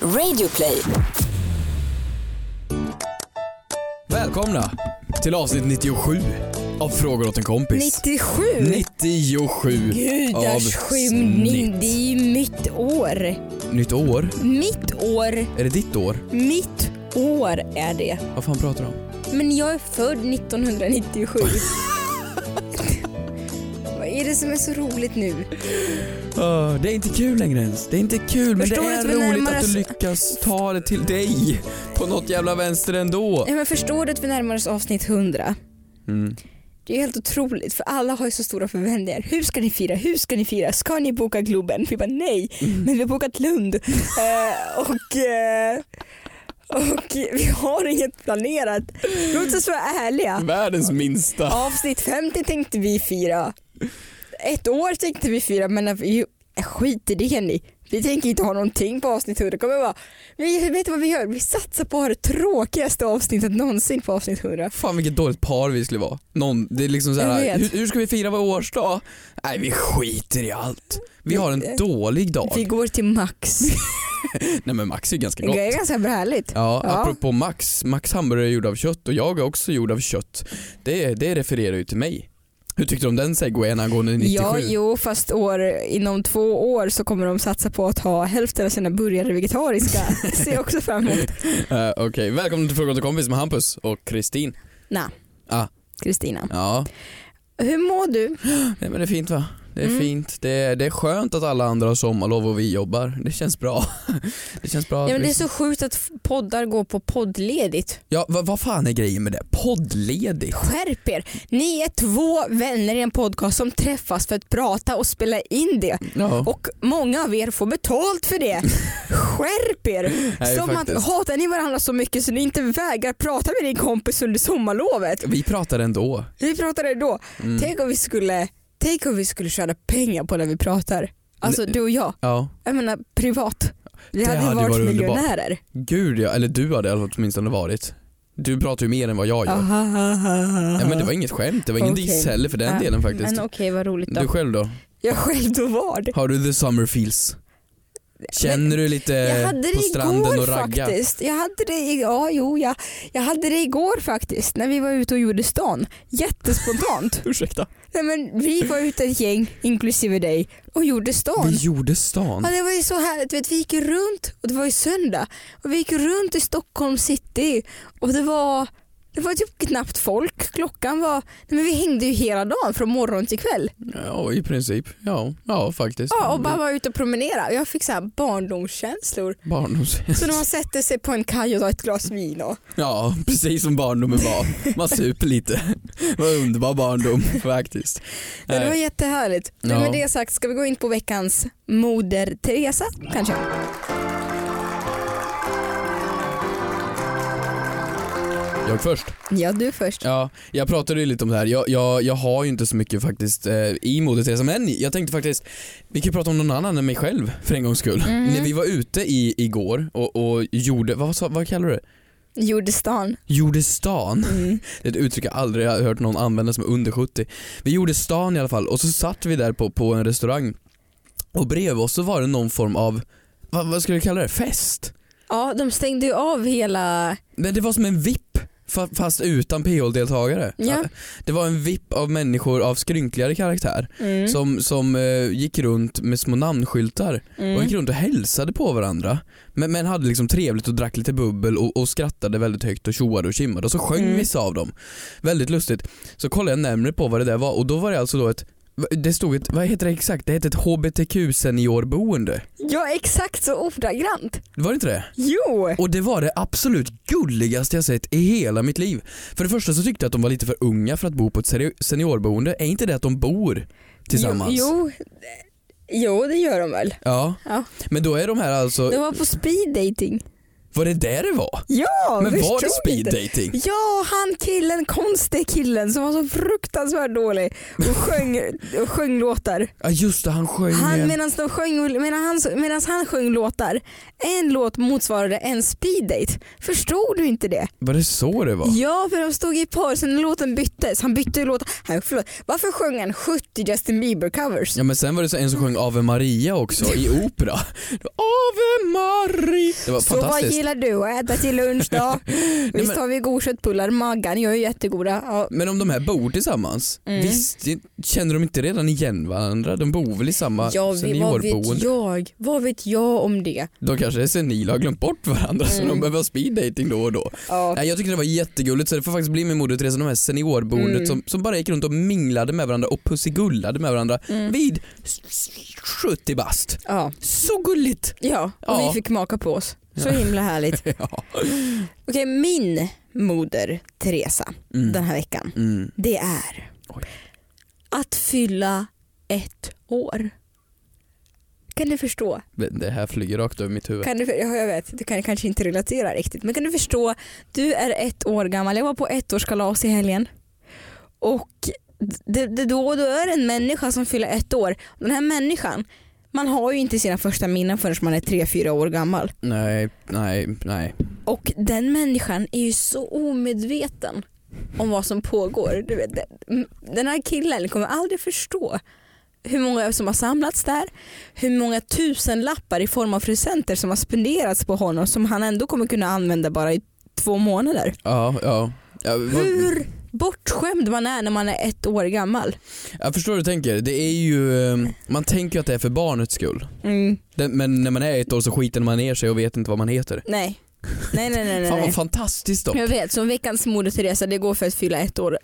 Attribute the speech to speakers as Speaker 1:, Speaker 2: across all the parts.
Speaker 1: Radioplay.
Speaker 2: Välkomna till avsnitt 97 av Frågor åt en kompis.
Speaker 3: 97?
Speaker 2: 97 av
Speaker 3: Gudars skymning,
Speaker 2: snitt.
Speaker 3: det är ju mitt år.
Speaker 2: Nytt år.
Speaker 3: Mitt år,
Speaker 2: Är det ditt år?
Speaker 3: mitt år är det.
Speaker 2: Vad fan pratar du om?
Speaker 3: Men jag är född 1997. Vad är det som är så roligt nu?
Speaker 2: Ah, det är inte kul längre ens. Det är inte kul men
Speaker 3: Förstår
Speaker 2: det
Speaker 3: du
Speaker 2: är
Speaker 3: att vi närmar
Speaker 2: roligt att du
Speaker 3: oss-
Speaker 2: lyckas ta det till dig på något jävla vänster ändå.
Speaker 3: Ja, men förstår du att vi närmar oss avsnitt 100?
Speaker 2: Mm.
Speaker 3: Det är helt otroligt för alla har ju så stora förväntningar. Hur ska ni fira? Hur ska ni fira? Ska ni boka Globen? Vi bara nej, men vi har bokat Lund. eh, och, eh, och vi har inget planerat. Låt oss vara ärliga.
Speaker 2: Världens minsta.
Speaker 3: Avsnitt 50 tänkte vi fira. Ett år tänkte vi fira men vi, skit i det ni. Vi tänker inte ha någonting på avsnitt 100. Det Kommer vara, vi, vet du vad vi gör? Vi satsar på att ha det tråkigaste avsnittet någonsin på avsnitt 100.
Speaker 2: Fan vilket dåligt par vi skulle vara. Någon, det är liksom så
Speaker 3: Jag
Speaker 2: här,
Speaker 3: vet.
Speaker 2: hur, hur ska vi fira vår årsdag? Nej vi skiter i allt. Vi har en
Speaker 3: Vi-
Speaker 2: dålig dag.
Speaker 3: Vi går till Max.
Speaker 2: Nej men Max är ganska gott.
Speaker 3: Det är ganska härligt.
Speaker 2: Ja,
Speaker 3: Ja.
Speaker 2: apropå Max. Max hamburgare är gjord av kött och jag är också gjord av kött. Det, det refererar ju till mig. Hur tyckte du om den segwayen angående 97?
Speaker 3: Ja, jo, fast år, inom två år så kommer de satsa på att ha hälften av sina burgare vegetariska. Ser jag också fram emot.
Speaker 2: Eh, Okej, välkommen till Frågan till kompis med Hampus och Kristin.
Speaker 3: Nah.
Speaker 2: Ah.
Speaker 3: Kristina,
Speaker 2: Ja,
Speaker 3: hur mår du?
Speaker 2: Nej, men det är fint va? Det är
Speaker 3: Mm.
Speaker 2: fint. Det är, det är skönt att alla andra har sommarlov och vi jobbar. Det känns bra. Det känns bra.
Speaker 3: Ja,
Speaker 2: att
Speaker 3: men det
Speaker 2: vi-
Speaker 3: är så sjukt att f- poddar går på poddledigt.
Speaker 2: ja vad, vad fan är grejen med det? Poddledigt?
Speaker 3: Skärp er! Ni är två vänner i en podcast som träffas för att prata och spela in det.
Speaker 2: Ja.
Speaker 3: Och många av er får betalt för det. Skärp er!
Speaker 2: Nej,
Speaker 3: Som att,
Speaker 2: faktiskt.
Speaker 3: hatar ni varandra så mycket så ni inte vägrar prata med din kompis under sommarlovet?
Speaker 2: Vi pratar ändå.
Speaker 3: Vi pratade då,
Speaker 2: Mm.
Speaker 3: tänk, om vi skulle, tänk om vi skulle tjäna pengar på när vi pratar. Alltså du och jag,
Speaker 2: Ja.
Speaker 3: jag menar privat. Vi
Speaker 2: Det
Speaker 3: hade ju
Speaker 2: hade
Speaker 3: varit
Speaker 2: varit underbart.
Speaker 3: miljonärer.
Speaker 2: Gud ja, eller du hade åtminstone varit. Du pratar ju mer än vad jag gör. Ja, men det var inget skämt, det var ingen
Speaker 3: Mm. Okej.
Speaker 2: diss heller för den
Speaker 3: Ja,
Speaker 2: delen faktiskt.
Speaker 3: Men okej vad roligt då.
Speaker 2: Du själv då?
Speaker 3: Jag själv då var det.
Speaker 2: Har du the summer feels? Känner
Speaker 3: Men
Speaker 2: du lite
Speaker 3: Jag hade
Speaker 2: Eh, på
Speaker 3: det
Speaker 2: stranden
Speaker 3: igår
Speaker 2: och ragga?
Speaker 3: faktiskt. Jag hade det, i- ja, jo, jag, jag hade det igår faktiskt när vi var ute och gjorde stan. Jättespontant.
Speaker 2: Ursäkta?
Speaker 3: Nej, men vi var ute ett gäng, inklusive dig, och gjorde stan.
Speaker 2: Vi gjorde stan.
Speaker 3: Ja, det var ju så härligt. Vet, vi gick ju runt och det var ju söndag och vi gick ju runt i Stockholm city och det var, det var typ knappt folk. Klockan var, nej, men vi hängde ju hela dagen från morgon till kväll.
Speaker 2: Ja i princip. Ja, ja faktiskt.
Speaker 3: Ja, och bara var ute och promenerade. Jag fick så här barndomskänslor.
Speaker 2: Barndoms...
Speaker 3: Så när man sätter sig på en kaj och tar ett glas vin och
Speaker 2: Ja, precis som barndomen var. Man super lite. Vad underbar barndom faktiskt.
Speaker 3: Nej, det var
Speaker 2: Eh,
Speaker 3: jättehärligt.
Speaker 2: Ja.
Speaker 3: Men med det sagt ska vi gå in på veckans Moder Teresa kanske?
Speaker 2: Jag först.
Speaker 3: Ja du först.
Speaker 2: Ja, jag pratade ju lite om det här. Jag, jag, jag har ju inte så mycket faktiskt eh, i Moder Teresa men jag tänkte faktiskt, vi kan ju prata om någon annan än mig själv för en gångs skull. När vi var ute i, igår och, och gjorde, vad, sa- vad kallar du det?
Speaker 3: Gjorde stan.
Speaker 2: Gjorde stan.
Speaker 3: Mm.
Speaker 2: Det är ett uttryck jag aldrig har hört någon använda som är under 70. Vi gjorde stan i alla fall och så satt vi där på, på en restaurang och bredvid oss så var det någon form av, vad, vad skulle jag kalla det? Fest?
Speaker 3: Ja de stängde ju av hela...
Speaker 2: Men det var som en VIP fa- fast utan PH-deltagare.
Speaker 3: Ja.
Speaker 2: Det var en VIP av människor av skrynkligare karaktär
Speaker 3: Mm.
Speaker 2: som, som eh, gick runt med små namnskyltar och
Speaker 3: Mm.
Speaker 2: gick runt och hälsade på varandra. Men, men hade liksom trevligt och drack lite bubbel och, och skrattade väldigt högt och tjoade och tjimmade och så sjöng
Speaker 3: Mm.
Speaker 2: vissa av dem. Väldigt lustigt. Så kollade jag närmare på vad det där var och då var det alltså då ett det stod ett, vad heter det exakt? Det hette ett HBTQ seniorboende.
Speaker 3: Ja exakt så ordagrant.
Speaker 2: Var det inte det?
Speaker 3: Jo!
Speaker 2: Och det var det absolut gulligaste jag sett i hela mitt liv. För det första så tyckte jag att de var lite för unga för att bo på ett seri- seniorboende. Är inte det att de bor tillsammans?
Speaker 3: Jo, jo. jo det gör de väl.
Speaker 2: Ja.
Speaker 3: Ja.
Speaker 2: Men då är de här alltså,
Speaker 3: De var på speed dating.
Speaker 2: var det där det var?
Speaker 3: Ja
Speaker 2: Men var det
Speaker 3: förstod
Speaker 2: speed
Speaker 3: inte.
Speaker 2: dating?
Speaker 3: Ja, han killen, konstig killen som var så fruktansvärt dålig och sjöng, och sjöng låtar.
Speaker 2: Ja just det, han sjöng
Speaker 3: Han,
Speaker 2: en-
Speaker 3: medan, de sjöng, medan, han, medan han sjöng låtar, en låt motsvarade en speeddate. Förstod du inte det?
Speaker 2: Var det så det var?
Speaker 3: Ja, för de stod i par sen när låten byttes. Han bytte ju låt. Han, förlåt, varför sjöng han 70 Justin Bieber-covers?
Speaker 2: Ja men sen var det så en som sjöng Ave Maria också i opera. Ave Maria Det var
Speaker 3: Så vad
Speaker 2: fantastiskt.
Speaker 3: gillar du att äta till lunch då? Visst
Speaker 2: men-
Speaker 3: har vi god köttbullar i magen, jag är jättegoda. Ja.
Speaker 2: Men om de här bor tillsammans,
Speaker 3: Mm.
Speaker 2: visst det- känner de inte redan igen varandra? De bor väl i samma
Speaker 3: Ja, vi, vad vet
Speaker 2: seniorboende?
Speaker 3: jag? Vad vet jag om det?
Speaker 2: De kanske är senila och har glömt bort varandra så
Speaker 3: Mm.
Speaker 2: de behöver ha speed dating då och då.
Speaker 3: Ja.
Speaker 2: Nej, jag tyckte det var jättegulligt så det får faktiskt bli min moderutresa, de här seniorboendet
Speaker 3: Mm.
Speaker 2: som, som bara gick runt och minglade med varandra och pussigullade med varandra
Speaker 3: Mm.
Speaker 2: vid s- s- 70 bast.
Speaker 3: Ja.
Speaker 2: Så gulligt!
Speaker 3: ja, och
Speaker 2: Ja.
Speaker 3: vi fick maka på oss. Så himla härligt.
Speaker 2: Ja.
Speaker 3: Okej, min moder Teresa den
Speaker 2: Mm.
Speaker 3: här veckan,
Speaker 2: Mm.
Speaker 3: det är
Speaker 2: Oj.
Speaker 3: att fylla ett år. Kan du förstå?
Speaker 2: Det här flyger rakt över mitt huvud.
Speaker 3: Kan du, ja, jag vet, du kan kanske inte relatera riktigt. Men kan du förstå, du är ett år gammal. Jag var på ettårskalas i helgen. Och det, det, då, då är det en människa som fyller ett år. Den här människan, man har ju inte sina första minnen förrän man är tre, fyra år gammal.
Speaker 2: Nej, nej, nej.
Speaker 3: Och den människan är ju så omedveten om vad som pågår. Du vet, den- den här killen kommer aldrig förstå hur många som har samlats där, hur många tusen lappar i form av presenter som har spenderats på honom som han ändå kommer kunna använda bara i två månader.
Speaker 2: Ja, ja. ja vad-
Speaker 3: Hur bortskämd man är när man är ett år gammal.
Speaker 2: Jag förstår hur du tänker. Det är ju, eh, man tänker ju att det är för barnets skull. Det- Men när man är ett år så skiter man ner sig och vet inte vad man heter.
Speaker 3: Nej. Nej, nej, nej. nej,
Speaker 2: Fan
Speaker 3: nej.
Speaker 2: vad fantastiskt då.
Speaker 3: Jag vet, som veckans moder Teresa, det går för att fylla ett år.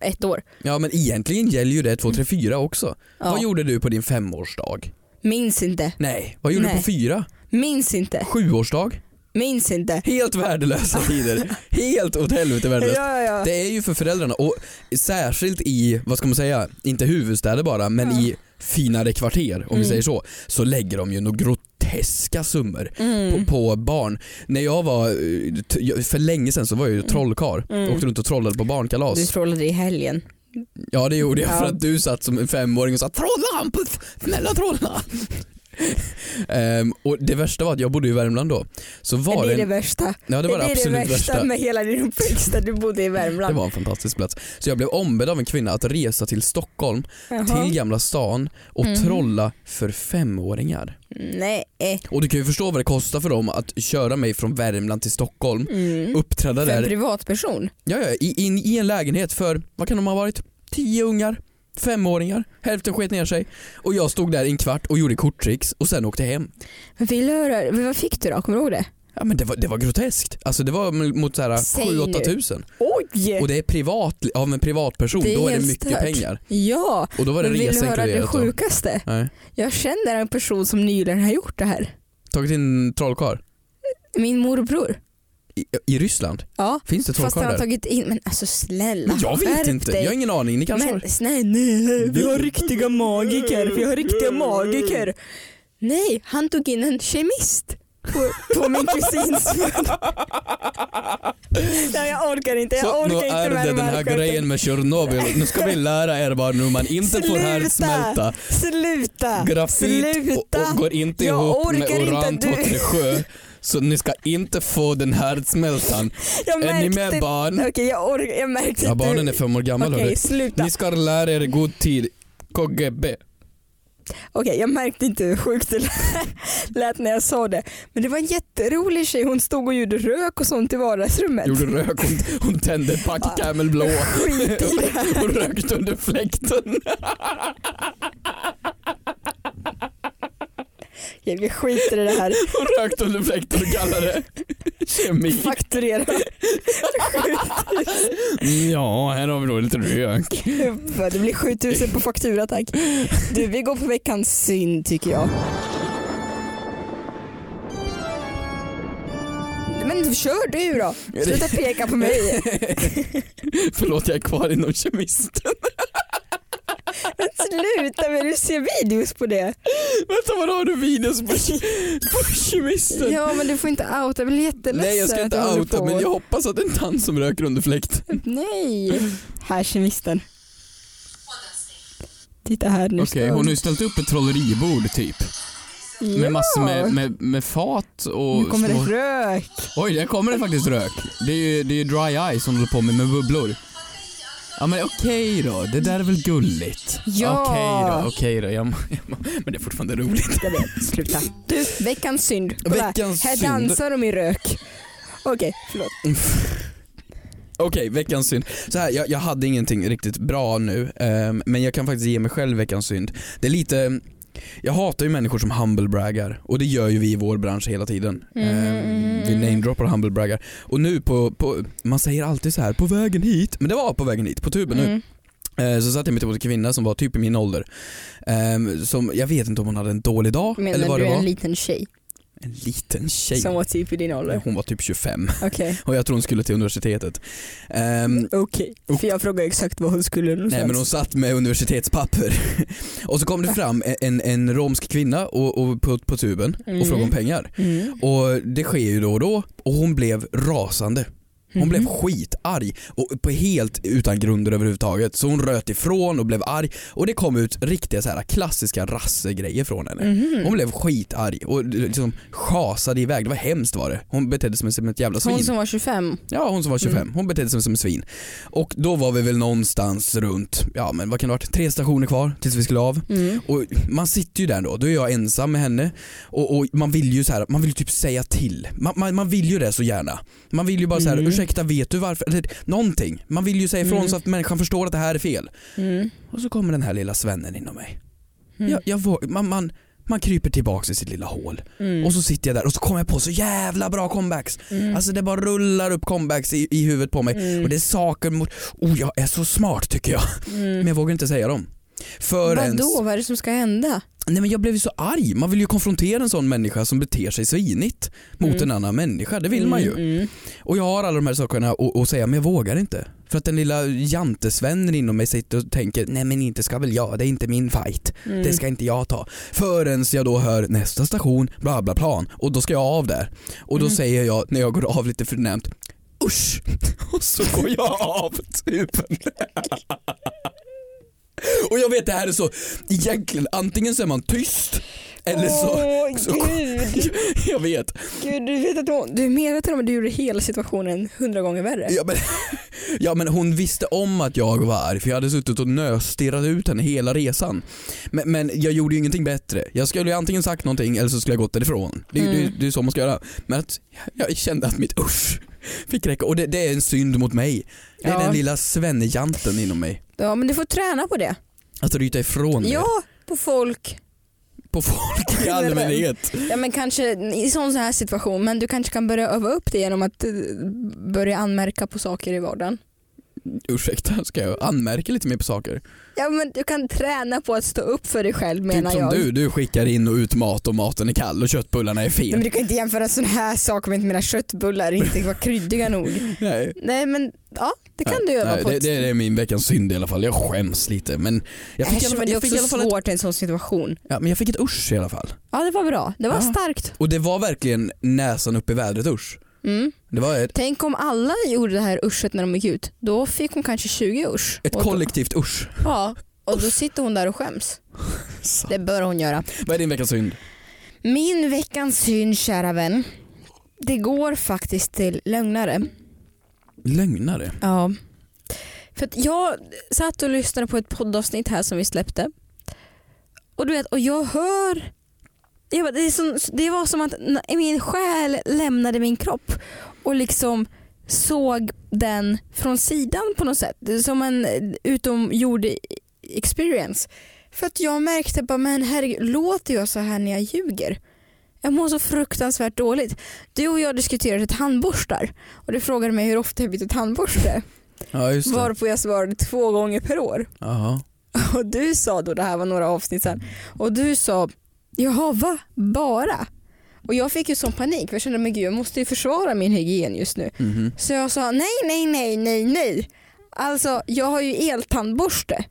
Speaker 3: Ett år.
Speaker 2: Ja men egentligen gäller ju det 2, 3, 4 också. Vad
Speaker 3: Ja.
Speaker 2: gjorde du på din femårsdag?
Speaker 3: Minns inte.
Speaker 2: Nej, vad gjorde du
Speaker 3: Nej.
Speaker 2: på fyra?
Speaker 3: Minns inte.
Speaker 2: Sjuårsdag?
Speaker 3: Minns inte.
Speaker 2: Helt värdelösa tider. Helt åt helvete värdelöst.
Speaker 3: Ja, ja.
Speaker 2: Det är ju för föräldrarna och särskilt i, vad ska man säga, inte huvudstäder bara men
Speaker 3: Ja.
Speaker 2: i finare kvarter om vi
Speaker 3: Mm.
Speaker 2: säger så, så lägger de ju några groteska summor
Speaker 3: Mm.
Speaker 2: på, på barn. När jag var, eh, t- jag- för länge sedan så var jag ju trollkarl.
Speaker 3: Mm.
Speaker 2: Åkte runt och trollade på barnkalas.
Speaker 3: Du trollade i helgen.
Speaker 2: Ja det gjorde jag
Speaker 3: Ja.
Speaker 2: för att du satt som en femåring och sa trolla Hampus, snälla trolla. Ehm, och det värsta var att jag bodde i Värmland då. Så var
Speaker 3: det är det
Speaker 2: en-
Speaker 3: värsta.
Speaker 2: ja, det var det
Speaker 3: är det
Speaker 2: absolut
Speaker 3: värsta,
Speaker 2: värsta.
Speaker 3: med hela din uppväxt där du bodde i
Speaker 2: Det
Speaker 3: Värmland.
Speaker 2: var en fantastisk plats. Så jag blev ombedd av en kvinna att resa till Stockholm,
Speaker 3: Jaha.
Speaker 2: till Gamla stan och
Speaker 3: Mhm.
Speaker 2: trolla för femåringar.
Speaker 3: Nej. eh,
Speaker 2: Och du kan ju förstå vad det kostar för dem att köra mig från Värmland till Stockholm,
Speaker 3: Mm.
Speaker 2: uppträda
Speaker 3: För en
Speaker 2: där
Speaker 3: privatperson.
Speaker 2: Ja, ja i, in, i en lägenhet för, vad kan de ha varit, tio ungar, femåringar, hälften sket ner sig och jag stod där i en kvart och gjorde korttricks och sen åkte hem.
Speaker 3: Men vill du höra, men vad fick du då? Kommer du ihåg det?
Speaker 2: Ja men det var, det var groteskt. Alltså det var m- mot
Speaker 3: Säg
Speaker 2: 7-8
Speaker 3: nu.
Speaker 2: tusen.
Speaker 3: Oj!
Speaker 2: Och det är privat av en privatperson,
Speaker 3: Det är
Speaker 2: då är det
Speaker 3: helt
Speaker 2: mycket
Speaker 3: stört.
Speaker 2: pengar.
Speaker 3: Ja,
Speaker 2: Och då var det
Speaker 3: men vill du
Speaker 2: resa
Speaker 3: höra det
Speaker 2: inkluderat då.
Speaker 3: sjukaste?
Speaker 2: Nej.
Speaker 3: Jag känner en person som nyligen har gjort det här.
Speaker 2: Tagit in trollkarl
Speaker 3: Min morbror.
Speaker 2: I, I Ryssland?
Speaker 3: Ja,
Speaker 2: Finns det
Speaker 3: fast han
Speaker 2: trollkarl
Speaker 3: har
Speaker 2: där?
Speaker 3: tagit in, men alltså snälla
Speaker 2: Men jag vet
Speaker 3: skärp
Speaker 2: inte,
Speaker 3: dig.
Speaker 2: jag har ingen aning. Ni kanske
Speaker 3: Men
Speaker 2: har...
Speaker 3: nej, nej, vi har riktiga magiker, vi har riktiga magiker. Nej, han tog in en kemist på, på min kusins Nej, jag orkar inte, jag
Speaker 2: Så, nu
Speaker 3: orkar inte
Speaker 2: är
Speaker 3: med
Speaker 2: det den här
Speaker 3: skämten.
Speaker 2: grejen med Tjernobyl. Nu ska vi lära er bara nu man inte får
Speaker 3: Sluta!
Speaker 2: härdsmälta.
Speaker 3: Sluta!
Speaker 2: Grafit och,
Speaker 3: Sluta!
Speaker 2: och går inte
Speaker 3: Jag
Speaker 2: ihop med
Speaker 3: orkar inte,
Speaker 2: uran
Speaker 3: du-
Speaker 2: 237. Så ni ska inte få den här smältan.
Speaker 3: jag
Speaker 2: Är ni
Speaker 3: märkte-
Speaker 2: med barn?
Speaker 3: Okej, jag orkar, jag märkte
Speaker 2: Ja,
Speaker 3: att du-
Speaker 2: barnen är fem år gamla
Speaker 3: Okej,
Speaker 2: hörru.
Speaker 3: sluta.
Speaker 2: Ni ska lära er i god tid. KGB.
Speaker 3: Okej, jag märkte inte hur sjukt det lät när jag sa det. Men det var en jätterolig tjej, hon stod och gjorde rök och sånt i vardagsrummet.
Speaker 2: Gjorde rök, hon, hon tände ett pack
Speaker 3: Ja.
Speaker 2: Camel Blå.
Speaker 3: Skit i det här.
Speaker 2: Hon rökte under fläkten.
Speaker 3: Okej, vi skiter i det här.
Speaker 2: Hon rökte under fläkten och kallade det kemi.
Speaker 3: Fakturera.
Speaker 2: Ja, här har vi då lite rök.
Speaker 3: det blir 7000 på faktura tack. Du, vi går på veckans synd tycker jag. Men kör du då. Sluta peka på mig.
Speaker 2: Förlåt, jag är kvar inom kemisten.
Speaker 3: Men Sluta med du ser videos på det.
Speaker 2: Vänta, vad har du videos på, ke- på kemisten?
Speaker 3: Ja men du får inte outa, jag blir jätteledsen
Speaker 2: Nej jag ska
Speaker 3: att du
Speaker 2: inte
Speaker 3: håller
Speaker 2: outa
Speaker 3: på.
Speaker 2: men jag hoppas att det är en tant som röker under fläkten.
Speaker 3: Nej. Här kemisten. Titta här nu.
Speaker 2: ju ställt upp ett trolleribord typ.
Speaker 3: Ja.
Speaker 2: med, med fat och
Speaker 3: Nu kommer det rök.
Speaker 2: Oj, där kommer det faktiskt rök. Det är ju, det är ju dry eye som håller på med, med bubblor. Ja men okej då, det där är väl gulligt?
Speaker 3: Ja.
Speaker 2: Okej då, okej då. Jag, må- jag, må- men det är fortfarande roligt.
Speaker 3: Jag vet, sluta. Du, veckans synd. Kolla,
Speaker 2: Veckans
Speaker 3: här
Speaker 2: synd.
Speaker 3: dansar de i rök. Okej, förlåt.
Speaker 2: Okej, veckans synd. Så här, jag, jag hade ingenting riktigt bra nu, ehm, men jag kan faktiskt ge mig själv veckans synd. Det är lite, jag hatar ju människor som humblebraggar och det gör ju vi i vår bransch hela tiden.
Speaker 3: Mhm,
Speaker 2: Ehm,
Speaker 3: mhm,
Speaker 2: vi
Speaker 3: mhm.
Speaker 2: namedroppar humblebraggar. Och nu på, på, man säger alltid så här på vägen hit, men det var på vägen hit, på tuben nu.
Speaker 3: Mm.
Speaker 2: Eh, Så satt jag mitt emot en kvinna som var typ i min ålder. Ehm, Som, jag vet inte om hon hade en dålig dag
Speaker 3: Menar
Speaker 2: eller vad
Speaker 3: du
Speaker 2: det
Speaker 3: är
Speaker 2: var.
Speaker 3: en liten tjej
Speaker 2: en liten tjej.
Speaker 3: som var typ i din ålder?
Speaker 2: Hon var typ 25
Speaker 3: Okej,
Speaker 2: och jag tror hon skulle till universitetet. Ehm,
Speaker 3: okej.
Speaker 2: Och-
Speaker 3: För jag frågade exakt vad hon skulle någonstans.
Speaker 2: Nej men hon satt med universitetspapper. Och så kom det fram en, en romsk kvinna och, och på, på tuben
Speaker 3: Mm.
Speaker 2: och frågade om pengar.
Speaker 3: Mm.
Speaker 2: Och det sker ju då och då och hon blev rasande. Hon
Speaker 3: Mhm.
Speaker 2: blev skitarg och på helt utan grunder överhuvudtaget. Så hon röt ifrån och blev arg och det kom ut riktiga så här klassiska rassegrejer från henne.
Speaker 3: Mhm.
Speaker 2: Hon blev skitarg och liksom schasade iväg. Det var hemskt var det. Hon betedde sig som ett jävla svin.
Speaker 3: Hon som var 25.
Speaker 2: Ja, hon som var 25.
Speaker 3: Mm.
Speaker 2: Hon betedde sig som ett svin. Och då var vi väl någonstans runt, ja men vad kan det ha varit, tre stationer kvar tills vi skulle av.
Speaker 3: Mm.
Speaker 2: Och man sitter ju där då, då är jag ensam med henne och, och man vill ju så här, man vill typ säga till. Man, man, man vill ju det så gärna. Man vill ju bara så här,
Speaker 3: Mm.
Speaker 2: ursäkta vet du varför? Eller någonting. Man vill ju säga ifrån
Speaker 3: Mm.
Speaker 2: så att människan förstår att det här är fel.
Speaker 3: Mm.
Speaker 2: Och så kommer den här lilla svennen inom mig.
Speaker 3: Mm.
Speaker 2: Jag, jag, våg- man, man, man kryper tillbaks i sitt lilla hål
Speaker 3: Mm.
Speaker 2: och så sitter jag där och så kommer jag på så jävla bra comebacks.
Speaker 3: Mm.
Speaker 2: Alltså det bara rullar upp comebacks i, i huvudet på mig
Speaker 3: Mm.
Speaker 2: och det är saker mot, oh jag är så smart tycker jag. Men
Speaker 3: Mm.
Speaker 2: jag vågar inte säga dem. Förrän,
Speaker 3: Vadå, vad är det som ska hända?
Speaker 2: nej men jag blev ju så arg, man vill ju konfrontera en sån människa som beter sig svinigt mot
Speaker 3: Mm.
Speaker 2: en annan människa, det vill man ju.
Speaker 3: Mm. Mm.
Speaker 2: Och jag har alla de här sakerna att- att säga men jag vågar inte. För att den lilla jantesvännen inom mig sitter och tänker nej men inte ska väl jag, det är inte min fight.
Speaker 3: Mm.
Speaker 2: Det ska inte jag ta. Förrän jag då hör nästa station, bla bla plan och då ska jag av där. Och då
Speaker 3: Mm.
Speaker 2: säger jag när jag går av lite förnämt usch och så går jag av tuben. och jag vet det här är så, egentligen antingen så är man tyst eller så,
Speaker 3: Åh
Speaker 2: så-
Speaker 3: gud,
Speaker 2: jag vet.
Speaker 3: gud, du vet att hon, du är medveten om att du gjorde hela situationen hundra gånger värre.
Speaker 2: Ja men, ja men hon visste om att jag var arg för jag hade suttit och nösstirrat ut henne hela resan. Men, men jag gjorde ju ingenting bättre. Jag skulle ju antingen sagt någonting eller så skulle jag gått därifrån. Det, är ju- det,
Speaker 3: Mm.
Speaker 2: är- det är så man ska göra. Men att, jag kände att mitt usch fick räcka och det, det är en synd mot mig. Det är
Speaker 3: Ja.
Speaker 2: den lilla svennejanten inom mig.
Speaker 3: Ja men du får träna på det.
Speaker 2: Att ryta ifrån det
Speaker 3: Ja, på folk.
Speaker 2: på folk i allmänhet.
Speaker 3: Ja, men kanske i sån så här situation. Men du kanske kan börja öva upp det genom att eh, börja anmärka på saker i vardagen.
Speaker 2: Ursäkta, ska jag anmärka lite mer på saker?
Speaker 3: Ja men du kan träna på att stå upp för dig själv menar
Speaker 2: typ
Speaker 3: jag.
Speaker 2: som du, du skickar in och ut mat och maten är kall och köttbullarna är
Speaker 3: Nej, men
Speaker 2: fel.
Speaker 3: du kan inte jämföra sån här sak med att mina köttbullar inte var kryddiga nog.
Speaker 2: Nej.
Speaker 3: Nej men ja, det kan du öva
Speaker 2: Nej,
Speaker 3: på.
Speaker 2: det, det är min veckans synd i alla fall. Jag skäms lite men jag fick,
Speaker 3: Äsch,
Speaker 2: i alla
Speaker 3: men
Speaker 2: fall,
Speaker 3: det är
Speaker 2: jag fick, i alla
Speaker 3: också
Speaker 2: fall ett,
Speaker 3: svårt i en sån situation.
Speaker 2: ja, men jag fick ett usch i alla fall.
Speaker 3: Ja det var bra, det var
Speaker 2: Ja.
Speaker 3: starkt.
Speaker 2: Och det var verkligen näsan upp i vädret usch.
Speaker 3: Mm.
Speaker 2: Det var ett,
Speaker 3: Tänk om alla gjorde det här urset när de gick ut. Då fick hon kanske 20 urs.
Speaker 2: ett
Speaker 3: Och då-
Speaker 2: kollektivt usch.
Speaker 3: Ja, och då sitter hon där och skäms.
Speaker 2: Så.
Speaker 3: Det bör hon göra.
Speaker 2: Vad är din veckans synd?
Speaker 3: Min veckans synd kära vän. Det går faktiskt till lögnare.
Speaker 2: Lögnare.
Speaker 3: Ja. För att jag satt och lyssnade på ett poddavsnitt här som vi släppte. Och du vet, och jag hör jag bara, det, är som, det var som att n- min själ lämnade min kropp och liksom såg den från sidan på något sätt. Det är Som en utomjordig experience. För att jag märkte bara, men herregud, låter jag så här när jag ljuger? Jag mår så fruktansvärt dåligt. Du och jag diskuterade tandborstar och du frågade mig hur ofta jag byter tandborste.
Speaker 2: Ja just det.
Speaker 3: Varpå jag svarade två gånger per år.
Speaker 2: Jaha.
Speaker 3: Och du sa då, det här var några avsnitt sen, och du sa jaha va, bara? Och jag fick ju sån panik för jag kände men gud jag måste ju försvara min hygien just nu.
Speaker 2: Mhm.
Speaker 3: Så jag sa nej, nej, nej, nej, nej. Alltså jag har ju eltandborste.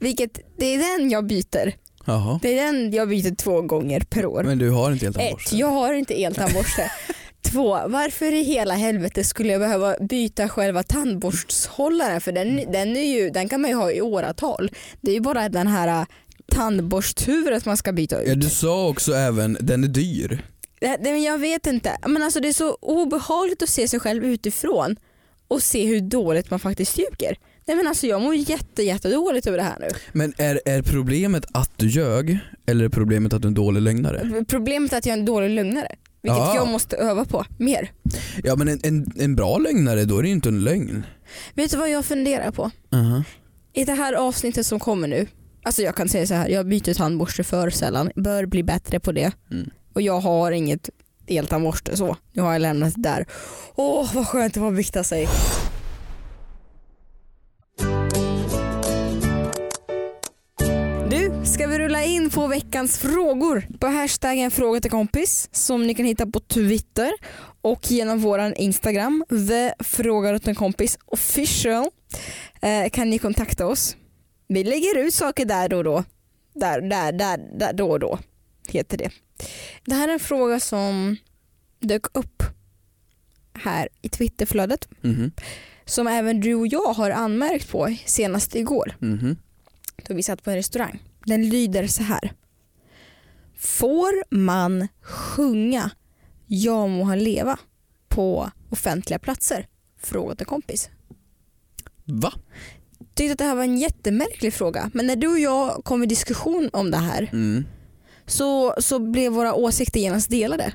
Speaker 3: Vilket, det är den jag byter.
Speaker 2: Jaha.
Speaker 3: Det är den jag byter två gånger per år.
Speaker 2: Men du har inte helt
Speaker 3: Ett, jag har inte eltandborste. Två, varför i hela helvete skulle jag behöva byta själva tandborsthållaren? För den, den, är ju, den kan man ju ha i åratal. Det är ju bara den här äh, tandborsthuvudet man ska byta ut.
Speaker 2: Ja, du sa också även, den är dyr.
Speaker 3: Det, det, men jag vet inte. Men alltså, det är så obehagligt att se sig själv utifrån och se hur dåligt man faktiskt ljuger. Nej men alltså jag mår jätte, jättedåligt över det här nu.
Speaker 2: Men är, är problemet att du ljög eller är problemet att du är en dålig lögnare?
Speaker 3: Problemet är att jag är en dålig lögnare. Vilket
Speaker 2: Ja.
Speaker 3: jag måste öva på mer.
Speaker 2: Ja men en, en, en bra lögnare då är det ju inte en lögn.
Speaker 3: Vet du vad jag funderar på?
Speaker 2: Aha.
Speaker 3: I det här avsnittet som kommer nu. Alltså jag kan säga så här, jag byter tandborste för sällan. Bör bli bättre på det.
Speaker 2: Mm.
Speaker 3: Och jag har inget eltandborste så. Nu har jag lämnat det där. Åh vad skönt det var att bikta sig. Du, ska vi rulla in på veckans frågor? På hashtaggen fråga till kompis som ni kan hitta på Twitter och genom våran Instagram, the frågar åt en kompis official eh, kan ni kontakta oss. Vi lägger ut saker där och då. Där, där, där, där då och då heter det. Det här är en fråga som dök upp här i Twitterflödet
Speaker 2: Mhm.
Speaker 3: som även du och jag har anmärkt på senast igår
Speaker 2: Mhm.
Speaker 3: då vi satt på en restaurang. Den lyder så här. Får man sjunga Jag må han leva på offentliga platser? Frågade kompis.
Speaker 2: Va?
Speaker 3: tyckte att det här var en jättemärklig fråga. Men när du och jag kom i diskussion om det här
Speaker 2: Mm.
Speaker 3: så, så blev våra åsikter genast delade.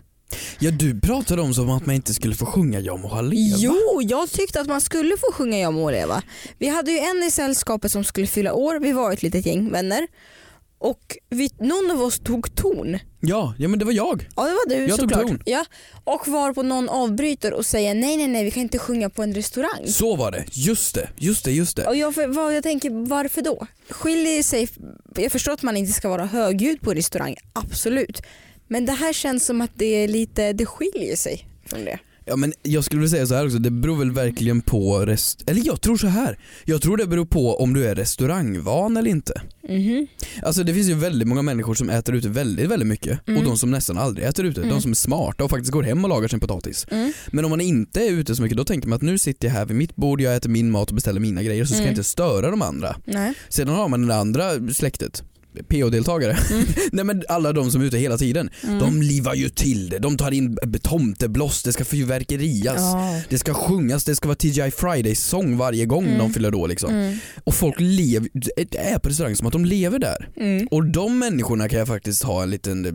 Speaker 2: Ja du pratade om som att man inte skulle få sjunga Jag må ha leva.
Speaker 3: Jo, jag tyckte att man skulle få sjunga Jag må leva. Vi hade ju en i sällskapet som skulle fylla år. Vi var ett litet gäng vänner. Och vi, någon av oss tog ton.
Speaker 2: Ja, ja men det var jag.
Speaker 3: Ja det var du
Speaker 2: Jag tog
Speaker 3: såklart.
Speaker 2: ton.
Speaker 3: Ja. Och var på någon avbryter och säger nej nej nej vi kan inte sjunga på en restaurang.
Speaker 2: Så var det. Just det, just det, just det.
Speaker 3: Och jag, för- vad, jag tänker varför då? Skiljer sig, jag förstår att man inte ska vara högljudd på restaurang, absolut. Men det här känns som att det är lite, det skiljer sig från det.
Speaker 2: Ja men jag skulle vilja säga så här också, det beror väl verkligen på rest... Eller jag tror så här. Jag tror det beror på om du är restaurangvan eller inte.
Speaker 3: Mm-hmm.
Speaker 2: Alltså det finns ju väldigt många människor som äter ute väldigt, väldigt mycket
Speaker 3: Mm.
Speaker 2: och de som nästan aldrig äter ute.
Speaker 3: Mm.
Speaker 2: De som är smarta och faktiskt går hem och lagar sin potatis.
Speaker 3: Mm.
Speaker 2: Men om man inte är ute så mycket då tänker man att nu sitter jag här vid mitt bord, jag äter min mat och beställer mina grejer så ska
Speaker 3: Mm.
Speaker 2: jag inte störa de andra.
Speaker 3: Nej.
Speaker 2: Sedan har man det andra släktet, PO-deltagare.
Speaker 3: Mm.
Speaker 2: Nej men alla de som är ute hela tiden. De livar ju till det, de tar in tomteblås, det ska fyrverkerias.
Speaker 3: Ja.
Speaker 2: Det ska sjungas, det ska vara TGI Friday-sång varje gång
Speaker 3: Mm.
Speaker 2: de fyller år liksom.
Speaker 3: Mm.
Speaker 2: Och folk lever, det är på restaurang som att de lever där.
Speaker 3: Mm.
Speaker 2: Och de människorna kan jag faktiskt ha en liten eh,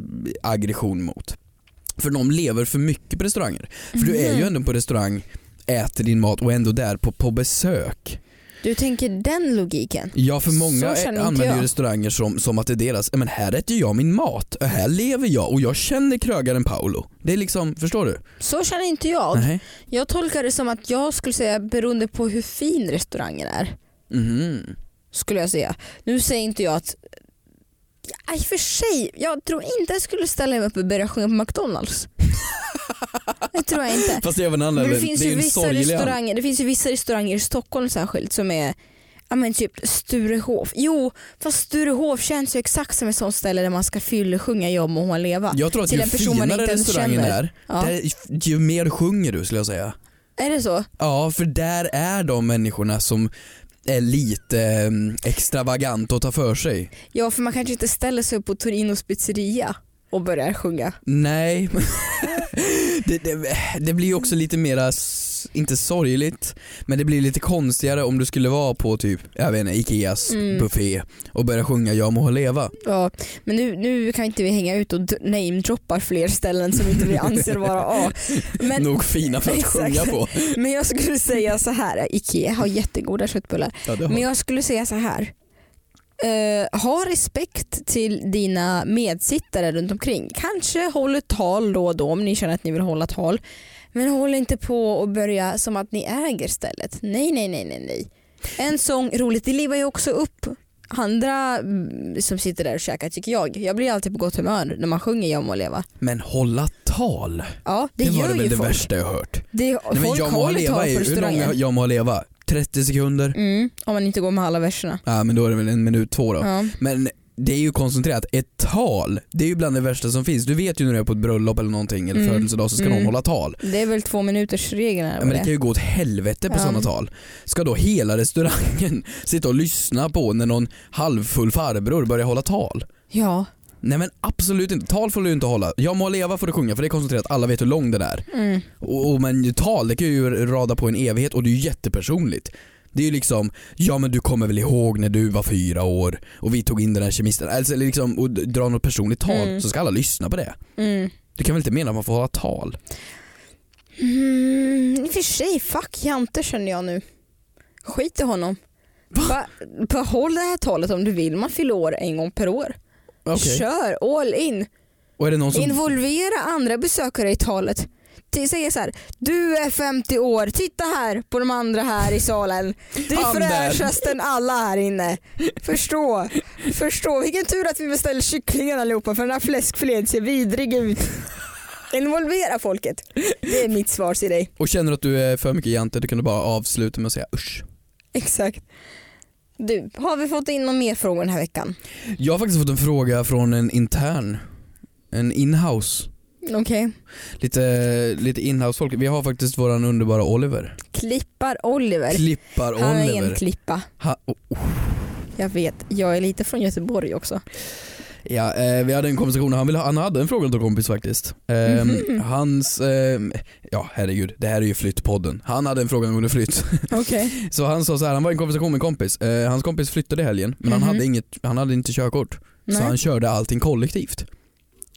Speaker 2: aggression mot. För de lever för mycket på restauranger. För du
Speaker 3: Mm.
Speaker 2: är ju ändå på restaurang, äter din mat och är ändå där på, på besök.
Speaker 3: Du tänker den logiken?
Speaker 2: Ja för
Speaker 3: Så
Speaker 2: många
Speaker 3: känner
Speaker 2: är,
Speaker 3: inte
Speaker 2: använder ju
Speaker 3: jag.
Speaker 2: restauranger som, som att det är deras, "Ja, men här äter ju jag min mat, och här lever jag och jag känner krögaren Paolo. Det är liksom, förstår du?
Speaker 3: Så känner inte jag.
Speaker 2: Nej.
Speaker 3: Jag tolkar det som att jag skulle säga beroende på hur fin restaurangen är.
Speaker 2: Mhm.
Speaker 3: skulle jag säga. Nu säger inte jag att Ja, i och för sig, jag tror inte jag skulle ställa mig upp och börja sjunga på McDonalds. det tror jag inte.
Speaker 2: Fast det är av en
Speaker 3: Men
Speaker 2: anledning,
Speaker 3: det, finns
Speaker 2: är
Speaker 3: ju
Speaker 2: en
Speaker 3: vissa
Speaker 2: sorglig anledning.
Speaker 3: restauranger, det finns ju vissa restauranger i Stockholm särskilt som är ja, men typ Sturehof. Jo, fast Sturehof känns ju exakt som ett sånt ställe där man ska fylla sjunga Jag må hon leva.
Speaker 2: Jag tror att
Speaker 3: till
Speaker 2: ju
Speaker 3: en person man
Speaker 2: finare
Speaker 3: inte ens
Speaker 2: restaurangen
Speaker 3: känner.
Speaker 2: är,
Speaker 3: Ja.
Speaker 2: där, ju mer sjunger du skulle jag säga.
Speaker 3: Är det så?
Speaker 2: Ja, för där är de människorna som är lite mm, extravaganta och tar för sig.
Speaker 3: Ja, för man kanske inte ställer sig upp på Torinos pizzeria och börjar sjunga.
Speaker 2: Nej, det, det, det blir ju också lite mera, s- inte sorgligt, men det blir lite konstigare om du skulle vara på typ, jag vet inte, Ikeas
Speaker 3: Mm.
Speaker 2: buffé och börja sjunga Jag må leva.
Speaker 3: Ja, men nu, nu kan inte vi hänga ut och d- namedroppa fler ställen som inte vi anser vara A. Men,
Speaker 2: Nog fina för att
Speaker 3: Exakt.
Speaker 2: sjunga på.
Speaker 3: men jag skulle säga så här, Ikea har jättegoda köttbullar.
Speaker 2: Ja, det har
Speaker 3: Men jag skulle säga så här. Eh, ha respekt till dina medsittare runt omkring. Kanske håll ett tal då och då om ni känner att ni vill hålla tal. Men håll inte på och börja som att ni äger stället. Nej, nej, nej, nej, nej. En sång, roligt, det livar ju också upp andra mm, som sitter där och käkar tycker jag. Jag blir alltid på gott humör när man sjunger Jag må leva.
Speaker 2: Men hålla tal,
Speaker 3: Ja, det,
Speaker 2: det, var
Speaker 3: gör
Speaker 2: det väl
Speaker 3: ju
Speaker 2: det
Speaker 3: folk.
Speaker 2: värsta jag hört.
Speaker 3: Det,
Speaker 2: Nej, men
Speaker 3: folk
Speaker 2: jag må ha
Speaker 3: håller tal
Speaker 2: leva
Speaker 3: på
Speaker 2: är hur långa
Speaker 3: restaurangen.
Speaker 2: jag må ha leva? 30 sekunder?
Speaker 3: Mm, om man inte går med alla verserna.
Speaker 2: Ja men då är det väl en minut två då.
Speaker 3: Ja.
Speaker 2: Men det är ju koncentrerat, ett tal, det är ju bland det värsta som finns. Du vet ju när du är på ett bröllop eller någonting eller
Speaker 3: Mm.
Speaker 2: födelsedag så ska
Speaker 3: Mm.
Speaker 2: någon hålla tal.
Speaker 3: Det är väl två minuters regeln här.
Speaker 2: Ja, men det kan ju gå åt helvete på
Speaker 3: Ja.
Speaker 2: sådana tal. Ska då hela restaurangen sitta och lyssna på när någon halvfull farbror börjar hålla tal?
Speaker 3: ja.
Speaker 2: Nej men absolut inte, tal får du inte hålla. Jag må leva får du sjunga för det är koncentrerat, alla vet hur lång den är.
Speaker 3: Mm.
Speaker 2: Och, och men tal, det kan ju rada på en evighet och det är ju jättepersonligt. Det är ju liksom, ja men du kommer väl ihåg när du var fyra år och vi tog in den här kemisten. Alltså liksom, och d- dra något personligt tal
Speaker 3: Mm.
Speaker 2: så ska alla lyssna på det.
Speaker 3: Mm.
Speaker 2: Du kan väl inte mena att man får hålla tal?
Speaker 3: Mm, I och för sig, fuck Jante känner jag nu. Skit i honom. Bara bara håll det här talet om du vill. Man fyller år en gång per år.
Speaker 2: Okej.
Speaker 3: Kör all in.
Speaker 2: Och är det någon som...
Speaker 3: Involvera andra besökare i talet. T- Säg så här, du är 50 år, titta här på de andra här i salen. Du är
Speaker 2: Han där."
Speaker 3: fräschast än alla här inne. Förstå, förstå. Vilken tur att vi beställer kycklingen allihopa för den här fläskfilén ser vidrig ut. Involvera folket. Det är mitt svar till dig.
Speaker 2: Och känner du att du är för mycket jante, du kan du bara avsluta med att säga usch.
Speaker 3: Exakt. Du, har vi fått in några mer frågor den här veckan?
Speaker 2: Jag har faktiskt fått en fråga från en intern, en inhouse,
Speaker 3: Okej.
Speaker 2: lite, lite inhouse folk. Vi har faktiskt våran underbara Oliver.
Speaker 3: Klippar Oliver. Han är en
Speaker 2: Klippar-Oliver.
Speaker 3: klippa.
Speaker 2: Ha- oh,
Speaker 3: Jag vet, jag är lite från Göteborg också.
Speaker 2: Ja, eh, vi hade en konversation, han, ville, ha- han hade en fråga åt en kompis faktiskt. Ehm,
Speaker 3: Mhm.
Speaker 2: Hans, ehm, ja herregud, det här är ju flyttpodden. Han hade en fråga angående flytt.
Speaker 3: Okej.
Speaker 2: Så han sa så här, han var i en konversation med en kompis, eh, hans kompis flyttade i helgen men
Speaker 3: Mhm.
Speaker 2: han, hade inget, han hade inte körkort. Så
Speaker 3: Nej.
Speaker 2: han körde allting kollektivt. Och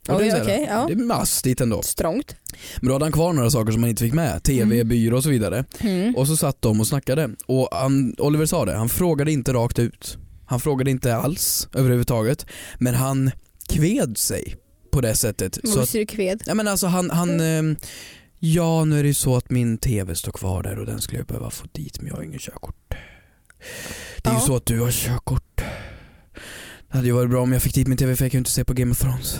Speaker 2: det,
Speaker 3: Oj,
Speaker 2: är så här,
Speaker 3: okej, ja.
Speaker 2: det är mastigt ändå.
Speaker 3: Strångt.
Speaker 2: Men då hade han kvar några saker som han inte fick med, TV,
Speaker 3: Mm.
Speaker 2: byrå och så vidare.
Speaker 3: Mm.
Speaker 2: Och så satt de och snackade och han, Oliver sa det, han frågade inte rakt ut. Han frågade inte alls överhuvudtaget. Men han kved sig på det sättet. Så
Speaker 3: Vad
Speaker 2: att,
Speaker 3: visste du kved?
Speaker 2: ja, men alltså han, han
Speaker 3: Mm.
Speaker 2: ehm, ja nu är det ju så att min TV står kvar där och den skulle jag behöva få dit men jag har ingen körkort. Det är
Speaker 3: Ja.
Speaker 2: ju så att du har körkort. Det hade ju varit bra om jag fick dit min TV för jag kan ju inte se på Game of Thrones.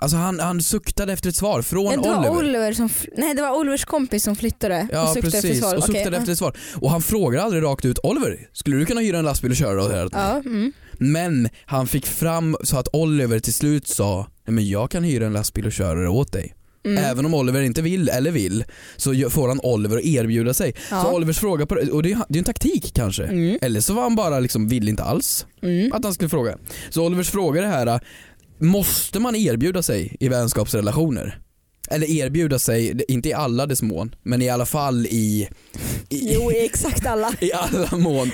Speaker 2: Alltså han, han suktade efter ett svar
Speaker 3: Nej,
Speaker 2: från
Speaker 3: det var
Speaker 2: Oliver.
Speaker 3: Oliver som, fl- nej det var Olivers kompis som flyttade och
Speaker 2: Ja
Speaker 3: sökte
Speaker 2: precis,
Speaker 3: efter svar.
Speaker 2: och
Speaker 3: Okej,
Speaker 2: suktade efter ett svar. Och han frågade aldrig rakt ut Oliver, skulle du kunna hyra en lastbil och köra det här åt mig?"
Speaker 3: Ja, ja, mm.
Speaker 2: Men han fick fram så att Oliver till slut sa Nej men jag kan hyra en lastbil och köra det åt dig.
Speaker 3: Mm.
Speaker 2: Även om Oliver inte vill, eller vill, så gö- får han Oliver att erbjuda sig. Så
Speaker 3: ja.
Speaker 2: Olivers fråga på det, och det är det är ju en taktik kanske.
Speaker 3: Mm.
Speaker 2: Eller så var han bara liksom, vill inte alls
Speaker 3: Mm.
Speaker 2: att han skulle fråga. Så Olivers fråga är det här, äh, måste man erbjuda sig i vänskapsrelationer? Eller erbjuda sig, det- inte i alla dess mån, men i alla fall i, i,
Speaker 3: Jo, exakt alla.
Speaker 2: i alla mån.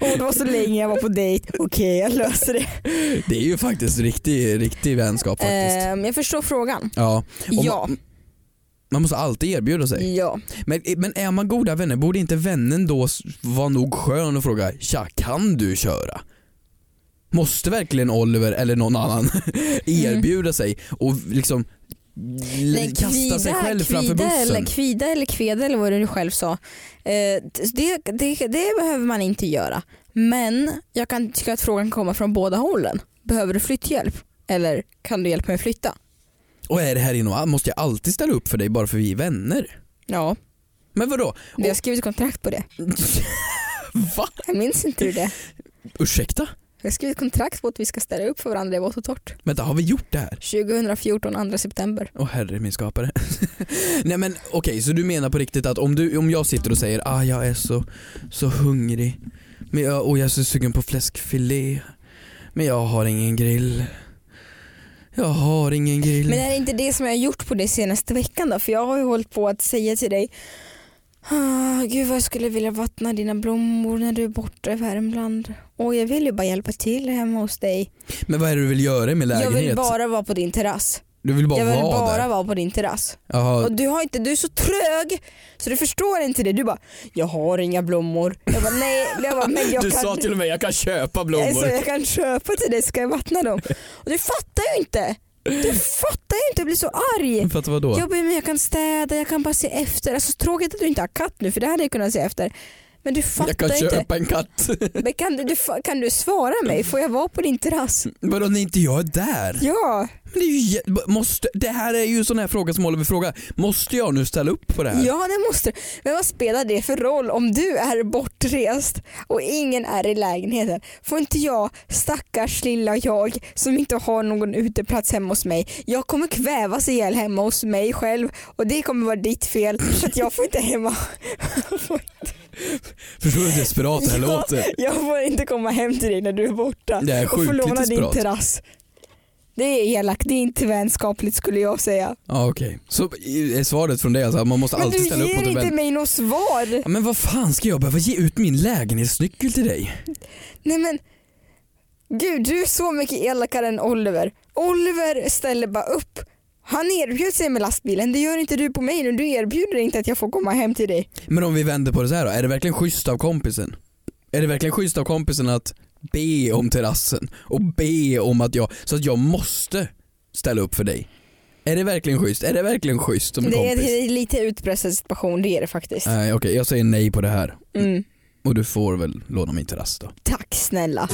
Speaker 3: Och det var så länge jag var på dejt. Okej, jag löser det.
Speaker 2: Det är ju faktiskt riktig, riktig vänskap faktiskt.
Speaker 3: Ehm, jag förstår frågan.
Speaker 2: Ja, och man-
Speaker 3: Ja, Mm.
Speaker 2: man måste alltid erbjuda sig.
Speaker 3: ja.
Speaker 2: Men, men är man goda vänner, borde inte vännen då s- vara nog skön och fråga “Tja, kan du köra?” Måste verkligen Oliver eller någon annan
Speaker 3: Mm.
Speaker 2: erbjuda sig och liksom l- kasta sig själv framför
Speaker 3: kvida,
Speaker 2: bussen?
Speaker 3: eller, kvida eller kveda eller vad det du själv sa. Eh, det, det, det behöver man inte göra. Men jag kan tycka att frågan kommer från båda hållen. Behöver du flytthjälp? Eller kan du hjälpa mig att flytta?
Speaker 2: Och är det här inom, måste jag alltid ställa upp för dig bara för vi är vänner?
Speaker 3: Ja,
Speaker 2: Men vadå?
Speaker 3: vi har skrivit kontrakt på det.
Speaker 2: Va?
Speaker 3: Jag minns inte hur det är.
Speaker 2: Ursäkta?
Speaker 3: Vi har skrivit kontrakt på att vi ska ställa upp för varandra i vått och torrt.
Speaker 2: Vänta, har vi gjort det här?
Speaker 3: 2014, 2 september.
Speaker 2: Åh herre min skapare. Nej men okej, så du menar på riktigt att om, du, om jag sitter och säger ah jag är så, så hungrig men jag, och jag är så sugen på fläskfilé men jag har ingen grill. Jag har ingen grill.
Speaker 3: Men är det inte det som jag har gjort på dig senaste veckan då? För jag har ju hållit på att säga till dig "Ah, Gud vad jag skulle vilja vattna dina blommor när du är borta i Värmland. Och jag vill ju bara hjälpa till hemma hos dig.
Speaker 2: Men vad är det du vill göra i min
Speaker 3: Jag
Speaker 2: lägenhet?
Speaker 3: vill bara vara på din terrass.
Speaker 2: du vill bara
Speaker 3: Jag vill
Speaker 2: vara
Speaker 3: bara
Speaker 2: där?
Speaker 3: vara på din terrass.
Speaker 2: Jaha,
Speaker 3: Och du, har inte, du är så trög så du förstår inte det. Du bara, jag har inga blommor. Jag bara, nej. Jag bara, men jag
Speaker 2: du
Speaker 3: kan...
Speaker 2: sa till och med jag kan köpa
Speaker 3: Nej, Så
Speaker 2: blommor.
Speaker 3: Alltså, jag kan köpa till dig så ska jag vattna dem. Och du fattar ju inte. Du fattar ju inte, jag blir så arg.
Speaker 2: För att Mm. vadå?
Speaker 3: Jag, bara, men jag kan städa, jag kan bara se efter. Alltså tråkigt att du inte har katt nu för det hade jag kunnat se efter. Men du fattar
Speaker 2: Jag kan
Speaker 3: inte.
Speaker 2: köpa en katt.
Speaker 3: Men kan, du, du, fa- kan du svara mig? Får jag vara på din terrass?
Speaker 2: Vadå när inte jag är där?
Speaker 3: Ja,
Speaker 2: Men det, är ju, jä- måste, det här är ju en sån här fråga som Oliver frågar. Måste jag nu ställa upp på det här?
Speaker 3: ja det måste du. Men vad spelar det för roll om du är bortrest och ingen är i lägenheten? Får inte jag, stackars lilla jag som inte har någon uteplats hemma hos mig. Jag kommer kvävas ihjäl hemma hos mig själv och det kommer vara ditt fel för att jag får inte hemma.
Speaker 2: Förstår du hur desperat det här
Speaker 3: Ja.
Speaker 2: låter?
Speaker 3: Jag får inte komma hem till dig när du är borta.
Speaker 2: Det här är
Speaker 3: och få
Speaker 2: sjukligt
Speaker 3: låna din
Speaker 2: desperat.
Speaker 3: terrass. Det är elakt, det är inte vänskapligt skulle jag säga.
Speaker 2: Ja okej. Så är svaret från dig alltså att man måste
Speaker 3: Men
Speaker 2: alltid
Speaker 3: du
Speaker 2: ställa upp mot
Speaker 3: ger
Speaker 2: en
Speaker 3: inte
Speaker 2: vän?
Speaker 3: mig något svar.
Speaker 2: Ja, men vad fan ska jag behöva ge ut min lägenhetsnyckel till dig?
Speaker 3: Nej men, gud du är så mycket elakare än Oliver. Oliver ställer bara upp. Han erbjöd sig med lastbilen, det gör inte du på mig nu. Du erbjuder inte att jag får komma hem till dig.
Speaker 2: Men om vi vänder på det så här då, är det verkligen schysst av kompisen? Är det verkligen schysst av kompisen att be om terrassen och be om att jag, så att jag måste ställa upp för dig? Är det verkligen schysst? Är det verkligen schysst som en
Speaker 3: Det är,
Speaker 2: kompis? Äh.
Speaker 3: det är lite utpressad situation, det är det faktiskt.
Speaker 2: Nej okej, jag säger nej på det här.
Speaker 3: Mm.
Speaker 2: Och du får väl låna min terrass då.
Speaker 3: Tack snälla.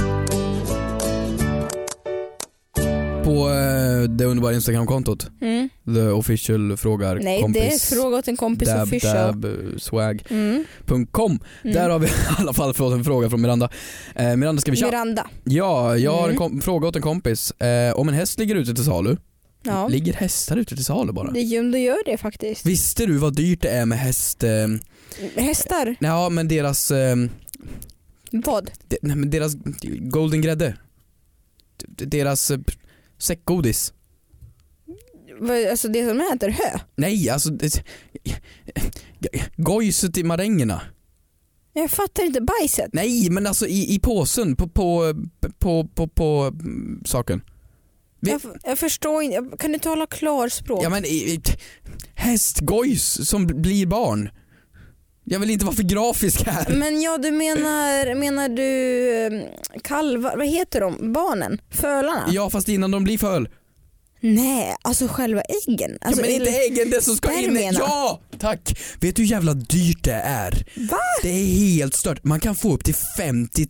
Speaker 2: På eh, det underbara instagramkontot,
Speaker 3: Mm.
Speaker 2: the official frågar
Speaker 3: Nej
Speaker 2: kompis.
Speaker 3: det är fråga åt en kompis
Speaker 2: dab,
Speaker 3: official.
Speaker 2: dab, eh, swag.
Speaker 3: Mm.
Speaker 2: .com.
Speaker 3: Mm.
Speaker 2: Där har vi i alla fall fått en fråga från Miranda. Eh, Miranda ska vi köra?
Speaker 3: Miranda.
Speaker 2: ja, jag har en
Speaker 3: Mm.
Speaker 2: kom- fråga åt en kompis. Eh, om en häst ligger ute till salu,
Speaker 3: Ja.
Speaker 2: ligger hästar ute till salu bara?
Speaker 3: Det gör, det gör det faktiskt.
Speaker 2: Visste du vad dyrt det är med häst... Eh,
Speaker 3: Hästar,
Speaker 2: ja men deras... Eh,
Speaker 3: vad?
Speaker 2: de, nej, men deras golden grädde. D- Deras eh, säckgodis.
Speaker 3: Vad- Alltså det som äter hö?
Speaker 2: Nej alltså... Det, gojset i marängerna.
Speaker 3: Jag fattar inte bajset.
Speaker 2: Nej men alltså i, i påsen på, på, på, på, på mm, saken. Vi-
Speaker 3: Jag, f- jag förstår inte, Jag- kan du tala klarspråk?
Speaker 2: Ja men i- i- hästgojs som blir barn. Jag vill inte vara för grafisk här.
Speaker 3: Men ja, du menar, menar du eh, kalvar, vad heter de? Barnen? Fölarna?
Speaker 2: Ja fast innan de blir föl.
Speaker 3: Nej, alltså själva äggen. Alltså,
Speaker 2: ja, men inte
Speaker 3: eller-
Speaker 2: äggen, det som ska in.
Speaker 3: spermierna.
Speaker 2: Ja! Tack! Vet du hur jävla dyrt det är?
Speaker 3: Va?
Speaker 2: Det är helt stört. Man kan få upp till 50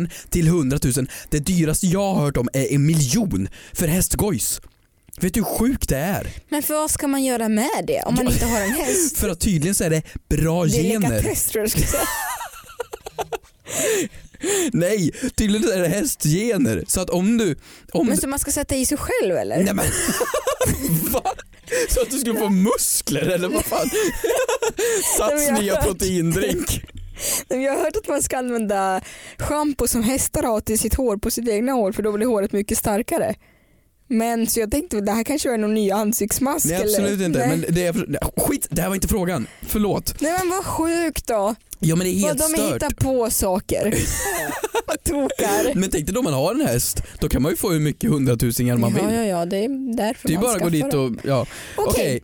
Speaker 2: 000 till 100 000. Det dyraste jag har hört om är en miljon för hästgojs. Vet du hur sjukt det är?
Speaker 3: Men för vad ska man göra med det om man
Speaker 2: Ja.
Speaker 3: inte har en häst?
Speaker 2: För att tydligen så är det bra
Speaker 3: Det är
Speaker 2: gener.
Speaker 3: delikatess tror jag du skulle säga.
Speaker 2: Nej, tydligen så är det hästgener. Så att om du... Om
Speaker 3: Men så man ska sätta i sig själv eller?
Speaker 2: Nej men va? Så att du skulle få muskler eller vad fan?
Speaker 3: Nej,
Speaker 2: Sats
Speaker 3: men jag
Speaker 2: nya
Speaker 3: har hört.
Speaker 2: proteindrink.
Speaker 3: Men Jag har hört att man ska använda schampo som hästar har till sitt hår på sitt egna hår för då blir håret mycket starkare. Men så jag tänkte det här kanske är någon ny ansiktsmask
Speaker 2: Nej
Speaker 3: eller?
Speaker 2: absolut inte.
Speaker 3: Nej.
Speaker 2: Men det är, skit, det här var inte frågan. Förlåt.
Speaker 3: Nej men vad sjukt då.
Speaker 2: Ja men det är
Speaker 3: Vad
Speaker 2: helt
Speaker 3: de
Speaker 2: stört.
Speaker 3: hittar på saker. vad tokar.
Speaker 2: Men tänk dig då man har en häst, då kan man ju få hur mycket hundratusingar man vill.
Speaker 3: Ja, ja, ja, det är därför
Speaker 2: Det är
Speaker 3: man
Speaker 2: bara att gå
Speaker 3: skaffar
Speaker 2: dit
Speaker 3: dem.
Speaker 2: och, ja.
Speaker 3: Okej,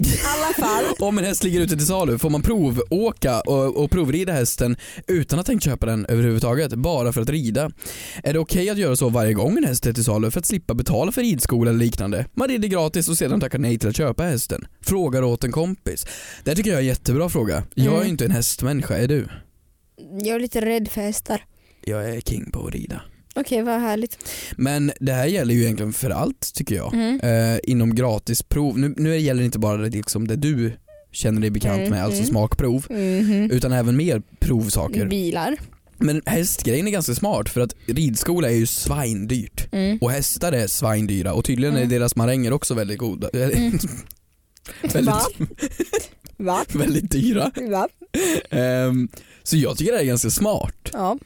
Speaker 2: Okej,
Speaker 3: i alla fall.
Speaker 2: om en häst ligger ute till salu får man provåka och, och provrida hästen utan att tänkt köpa den överhuvudtaget, bara för att rida. Är det okej att göra så varje gång en häst är till salu för att slippa betala för ridskola eller liknande? Man rider gratis och sedan tackar nej till att köpa hästen. Frågar åt en kompis. Det här tycker jag är en jättebra fråga. Jag är
Speaker 3: Mm.
Speaker 2: ju inte en hästmänniska, är du?
Speaker 3: Jag är lite rädd för hästar.
Speaker 2: Jag är king på att rida.
Speaker 3: Okej, vad härligt.
Speaker 2: Men det här gäller ju egentligen för allt tycker jag.
Speaker 3: Mm.
Speaker 2: eh, inom gratisprov. Nu, nu gäller det inte bara det, liksom det du känner dig bekant
Speaker 3: Mm,
Speaker 2: med, alltså
Speaker 3: mm.
Speaker 2: smakprov,
Speaker 3: Mhm.
Speaker 2: utan även mer provsaker.
Speaker 3: Bilar.
Speaker 2: Men hästgrejen är ganska smart för att ridskola är ju svindyrt.
Speaker 3: Mm.
Speaker 2: Och hästar är svindyra och tydligen
Speaker 3: Mm.
Speaker 2: är deras maränger också väldigt goda.
Speaker 3: Mm. Va?
Speaker 2: väldigt,
Speaker 3: Va?
Speaker 2: väldigt dyra.
Speaker 3: Va?
Speaker 2: Ehm, så jag tycker det här är ganska smart.
Speaker 3: Ja.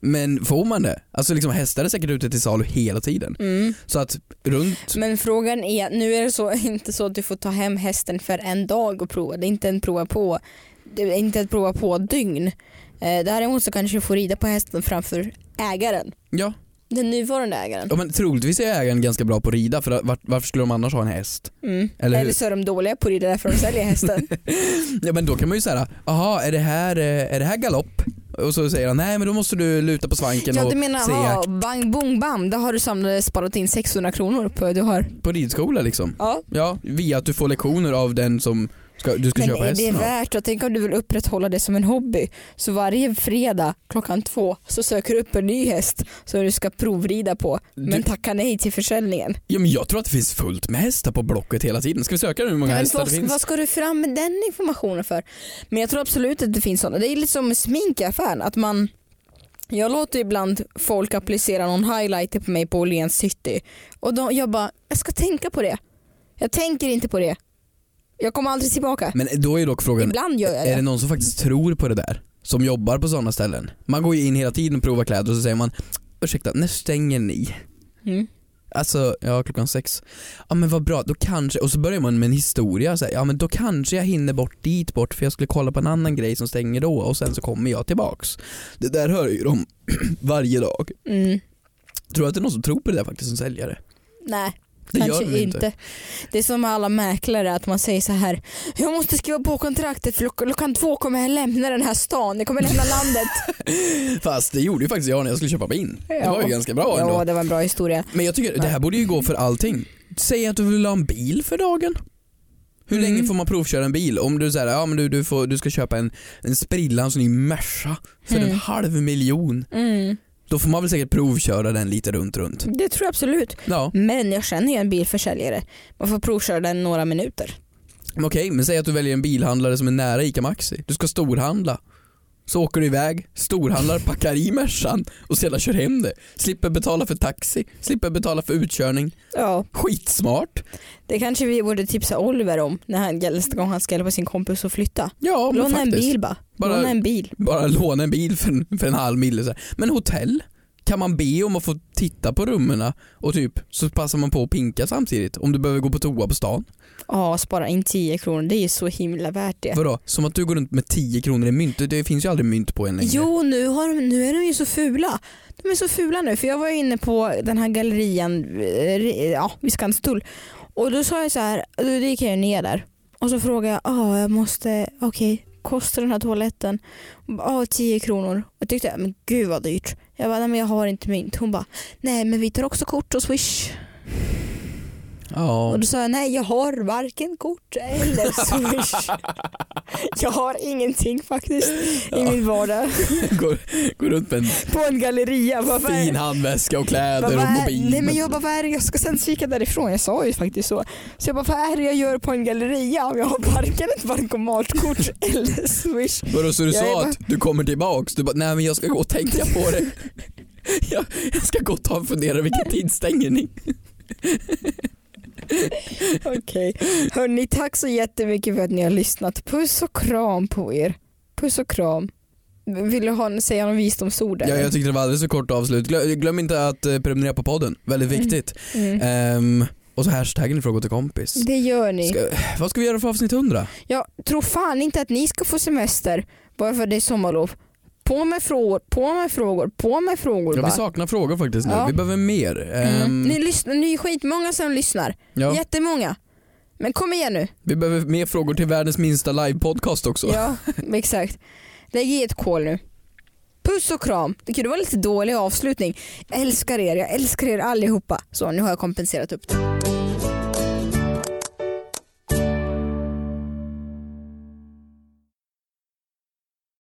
Speaker 2: Men får man det? Alltså liksom hästar är säkert ute till salu hela tiden.
Speaker 3: Mm.
Speaker 2: Så att runt,
Speaker 3: Men frågan är, nu är det så, inte så att du får ta hem hästen för en dag och prova. Det är inte en prova på, det är inte ett prova på dygn. Eh, däremot så kanske du får rida på hästen framför ägaren.
Speaker 2: ja.
Speaker 3: Den nuvarande ägaren.
Speaker 2: ja men troligtvis är ägaren ganska bra på att rida för var, varför skulle de annars ha en häst?
Speaker 3: Mm.
Speaker 2: Eller
Speaker 3: Eller,
Speaker 2: hur?
Speaker 3: så är de dåliga på att rida därför de säljer hästen.
Speaker 2: Ja men då kan man ju säga, jaha är det här, eh, är det här galopp? Och så säger han, nej men då måste du luta på svanken
Speaker 3: ja
Speaker 2: och
Speaker 3: du menar,
Speaker 2: se
Speaker 3: ja, bang bong bam, då har du samlat, sparat in 600 kronor på det du har.
Speaker 2: på ridskola liksom.
Speaker 3: Ja.
Speaker 2: Ja, via att du får lektioner av den som ska, du ska
Speaker 3: Men
Speaker 2: köpa
Speaker 3: är det
Speaker 2: hästen av.
Speaker 3: värt det? Tänk om du vill upprätthålla det som en hobby. Så varje fredag klockan två så söker du upp en ny häst som du ska provrida på men
Speaker 2: Du-
Speaker 3: tacka nej till försäljningen.
Speaker 2: Ja, men jag tror att det finns fullt med hästar på Blocket hela tiden. Ska vi söka nu hur många
Speaker 3: Men
Speaker 2: hästar
Speaker 3: vad,
Speaker 2: det finns?
Speaker 3: vad ska du fram med den informationen för? Men jag tror absolut att det finns sådana. Det är lite som med smink i affären. Att man, jag låter ibland folk applicera någon highlighter på mig på Åhléns city. Och de, jag bara, jag ska tänka på det. Jag tänker inte på det. Jag kommer aldrig tillbaka.
Speaker 2: Men då är dock frågan,
Speaker 3: Ibland gör jag
Speaker 2: är det
Speaker 3: det.
Speaker 2: någon som faktiskt tror på det där? Som jobbar på sådana ställen? Man går ju in hela tiden och provar kläder och så säger man, ursäkta när stänger ni?
Speaker 3: Mm.
Speaker 2: Alltså, ja klockan sex. Ja men vad bra, då kanske, och så börjar man med en historia så här, ja men då kanske jag hinner bort dit bort för jag skulle kolla på en annan grej som stänger då och sen så kommer jag tillbaks. Det där hör ju de varje dag.
Speaker 3: Mm.
Speaker 2: Tror du att det är någon som tror på det där faktiskt som säljare?
Speaker 3: Nej,
Speaker 2: Det
Speaker 3: kanske
Speaker 2: gör de
Speaker 3: inte. Det är som med alla mäklare att man säger så här. Jag måste skriva på kontraktet för klockan- klockan två kommer jag lämna den här stan. Jag kommer lämna landet.
Speaker 2: Fast det gjorde ju faktiskt jag när jag skulle köpa min. Det var ju
Speaker 3: Ja.
Speaker 2: ganska bra ändå.
Speaker 3: ja, det var en bra historia.
Speaker 2: Men jag tycker det här borde ju gå för allting. Säg att du vill ha en bil för dagen. Hur
Speaker 3: Mm.
Speaker 2: länge får man provköra en bil? Om du säger ja men du, du, får, du ska köpa en, en sprillans ny Merca för en
Speaker 3: Mm.
Speaker 2: halv miljon.
Speaker 3: Mm.
Speaker 2: Då får man väl säkert provköra den lite runt runt.
Speaker 3: Det tror jag absolut.
Speaker 2: Ja,
Speaker 3: Men jag känner ju en bilförsäljare. Man får provköra den några minuter.
Speaker 2: men okej men säg att du väljer en bilhandlare som är nära ICA Maxi. Du ska storhandla. Så åker du iväg, storhandlar, packar i Mercan och sedan kör hem det. Slipper betala för taxi, slipper betala för utkörning.
Speaker 3: Ja,
Speaker 2: Skitsmart.
Speaker 3: det kanske vi borde tipsa Oliver om när han, nästa gång han ska hjälpa sin kompis att flytta.
Speaker 2: Ja, men
Speaker 3: Låna en
Speaker 2: faktiskt.
Speaker 3: bil bara.
Speaker 2: Bara-
Speaker 3: Låna en bil.
Speaker 2: bara låna en bil för en, för en halv mille. Så här. Men hotell? Kan man be om att få titta på rummen och typ så passar man på att pinka samtidigt om du behöver gå på toa på stan?
Speaker 3: Ja, spara in 10 kronor. Det är ju så himla värt det.
Speaker 2: Vadå? Som att du går runt med 10 kronor i mynt? Det finns ju aldrig mynt på en längre.
Speaker 3: Jo, nu, har de, nu är de ju så fula. De är så fula nu. För jag var ju inne på den här gallerian eh, re- ja, vid Skanstull. Och då sa jag så här, då gick jag ju ner där. Och så frågade jag, ah, jag måste, okej, kostar den här toaletten? Hon bara, ah, 10 kronor. Jag tyckte, men gud vad dyrt. Jag bara, nej men jag har inte mynt. Hon bara, nej men vi tar också kort och swish.
Speaker 2: Ja.
Speaker 3: Och då sa jag, nej jag har varken kort eller swish. jag har ingenting faktiskt i
Speaker 2: Ja.
Speaker 3: min vardag.
Speaker 2: Går, går runt med en
Speaker 3: På en galleria. Vad fan-
Speaker 2: fin handväska och kläder och
Speaker 3: vad är-
Speaker 2: mobil.
Speaker 3: Nej men jag bara, vad är det jag ska sen så gick jag därifrån, jag sa ju faktiskt så. Så jag bara, vad är det jag gör på en galleria om jag har varken ett bankomatkort eller swish?
Speaker 2: Vadå, så du
Speaker 3: Jag är
Speaker 2: sa
Speaker 3: bara-
Speaker 2: att du kommer tillbaks? Du bara, nej men jag ska gå och tänka på det. Jag, jag ska gå och ta och fundera vilken tidsstängning.
Speaker 3: Okej. Hörni, tack så jättemycket för att ni har lyssnat. Puss och kram på er. Puss och kram. Vill du ha, säga någon visdomsord?
Speaker 2: Ja,
Speaker 3: eller?
Speaker 2: jag tyckte det var alldeles för kort avslut. Glöm, glöm inte att eh, prenumerera på podden, väldigt
Speaker 3: Mm.
Speaker 2: viktigt.
Speaker 3: mm.
Speaker 2: Ehm, och så hashtaggen i fråga till kompis.
Speaker 3: Det gör ni.
Speaker 2: Ska, vad ska vi göra för avsnitt 100?
Speaker 3: Jag tror fan inte att ni ska få semester bara för att det är sommarlov. På med frågor, på med frågor, på med frågor
Speaker 2: Ja, vi
Speaker 3: bara.
Speaker 2: saknar frågor faktiskt nu.
Speaker 3: Ja.
Speaker 2: Vi behöver mer. Ehm,
Speaker 3: Ni, lyssnar, ni är skitmånga som lyssnar.
Speaker 2: ja,
Speaker 3: Jättemånga. Men kom igen nu.
Speaker 2: vi behöver mer frågor till världens minsta livepodcast också.
Speaker 3: Ja, exakt. Lägg i ett kol nu. Puss och kram. Det kunde vara lite dålig avslutning. Jag älskar er, jag älskar er allihopa. Så, nu har jag kompenserat upp det.